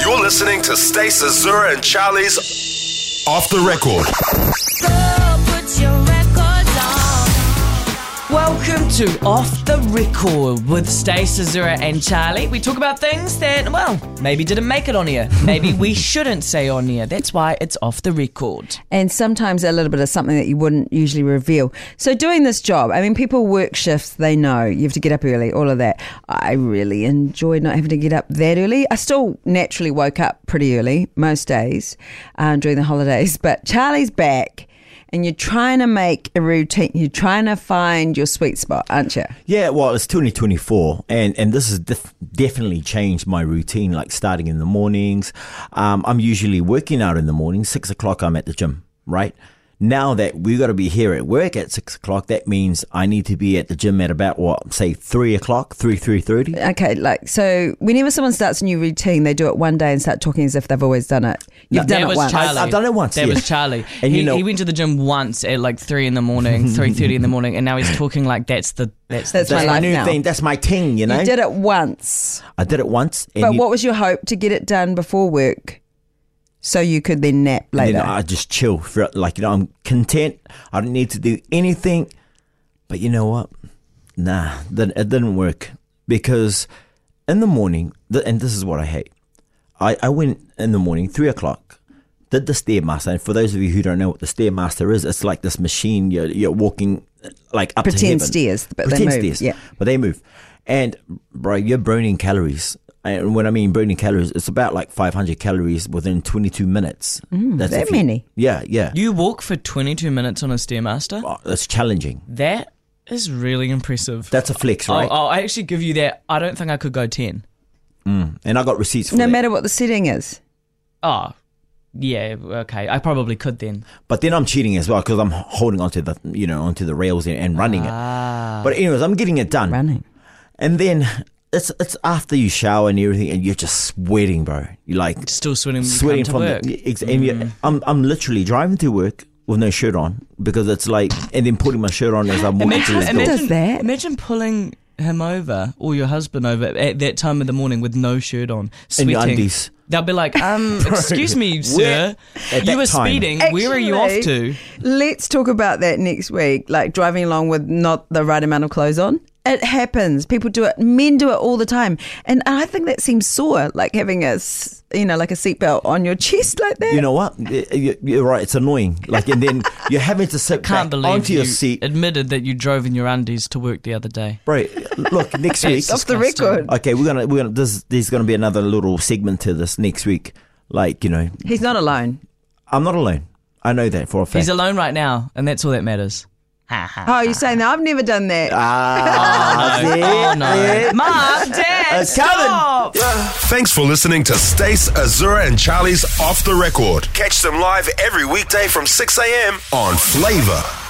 You're listening to Stace Azura and Charlie's Off the Record. Welcome to Off the Record with Stace Azura and Charlie. We talk about things that, well, maybe didn't make it on here. Maybe we shouldn't say on here. That's why it's off the record. and sometimes a little bit of something that you wouldn't usually reveal. So doing this job, I mean, people work shifts, they know you have to get up early, all of that. I really enjoyed not having to get up that early. I still naturally woke up pretty early most days um, during the holidays, but Charlie's back. And you're trying to make a routine. You're trying to find your sweet spot, aren't you? Yeah, well, it's 2024, and, and this has def- definitely changed my routine, like starting in the mornings. Um, I'm usually working out in the morning, six o'clock, I'm at the gym, right? Now that we got to be here at work at six o'clock, that means I need to be at the gym at about what, say, three o'clock, three three thirty. Okay, like so. Whenever someone starts a new routine, they do it one day and start talking as if they've always done it. that You've done it was once. Charlie. I've done it once, That yeah. was Charlie. And he, you know- he went to the gym once at like three in the morning, three thirty in the morning, and now he's talking like that's the that's, That's the my That's my life new now. thing. That's my thing, you know. You did it once. I did it once, and But you- what was your hope to get it done before work, so you could then nap and later? then I just chill for like you know I'm content. I don't need to do anything. But you know what? Nah, that it didn't work because in the morning, th- and this is what I hate. I, I went in the morning, three o'clock, did the stairmaster. And for those of you who don't know what the stairmaster is, it's like this machine you're, you're walking like up to Pretend heaven. stairs, but they pretend move, stairs, yeah. but they move. And bro, you're burning calories. And when I mean burning calories, it's about like 500 calories within 22 minutes. That's Mm, that if you- many? yeah, yeah. You walk for twenty two minutes on a stairmaster. Oh, that's challenging. That is really impressive. That's a flex, Oh, right? I'll, I'll actually give you that. I don't think I could go ten. And I got receipts for no that. matter what the setting is. Oh, yeah, okay. I probably could then. But then I'm cheating as well because I'm holding onto the you know onto the rails and, and running it. But anyways, I'm getting it done. Ah. Running. And then it's it's after you shower and everything, and you're just sweating, bro. You're like Still sweating, when you sweating come to from work. Mm. the. e-, Ex- and you- I'm I'm literally driving to work with no shirt on because it's like, and then putting my shirt on as I'm walking Imagine, through the door. imagine, does that? imagine pulling him over or your husband over at that time of the morning with no shirt on, And sweating. your undies. They'll be like, um, excuse me, sir, at you that were time- speeding. Where are you off to? Actually, Let's talk about that next week. Like driving along with not the right amount of clothes on. It happens. People do it. Men do it all the time. And I think that seems sore, like having a, s- you know, like a seatbelt on your chest like that. You know what? Y- y- You're right. It's annoying. Like, and then you're having to sit Can't back believe onto you your seat. admitted that you drove in your undies to work the other day. Right. Look, next week. It's off the disgusting. record. Okay, we're gonna we're gonna there's there's gonna be another little segment to this next week. Like you know, He's not alone. I'm not alone. I know that for a fact. He's alone right now, and that's all that matters. Oh, you're saying that? I've never done that. ah, No, there- oh, no. Mom, Dad, It's coming. stop! Thanks for listening to Stace Azura and Charlie's Off the Record. Catch them live every weekday from 6 a.m. on Flavor.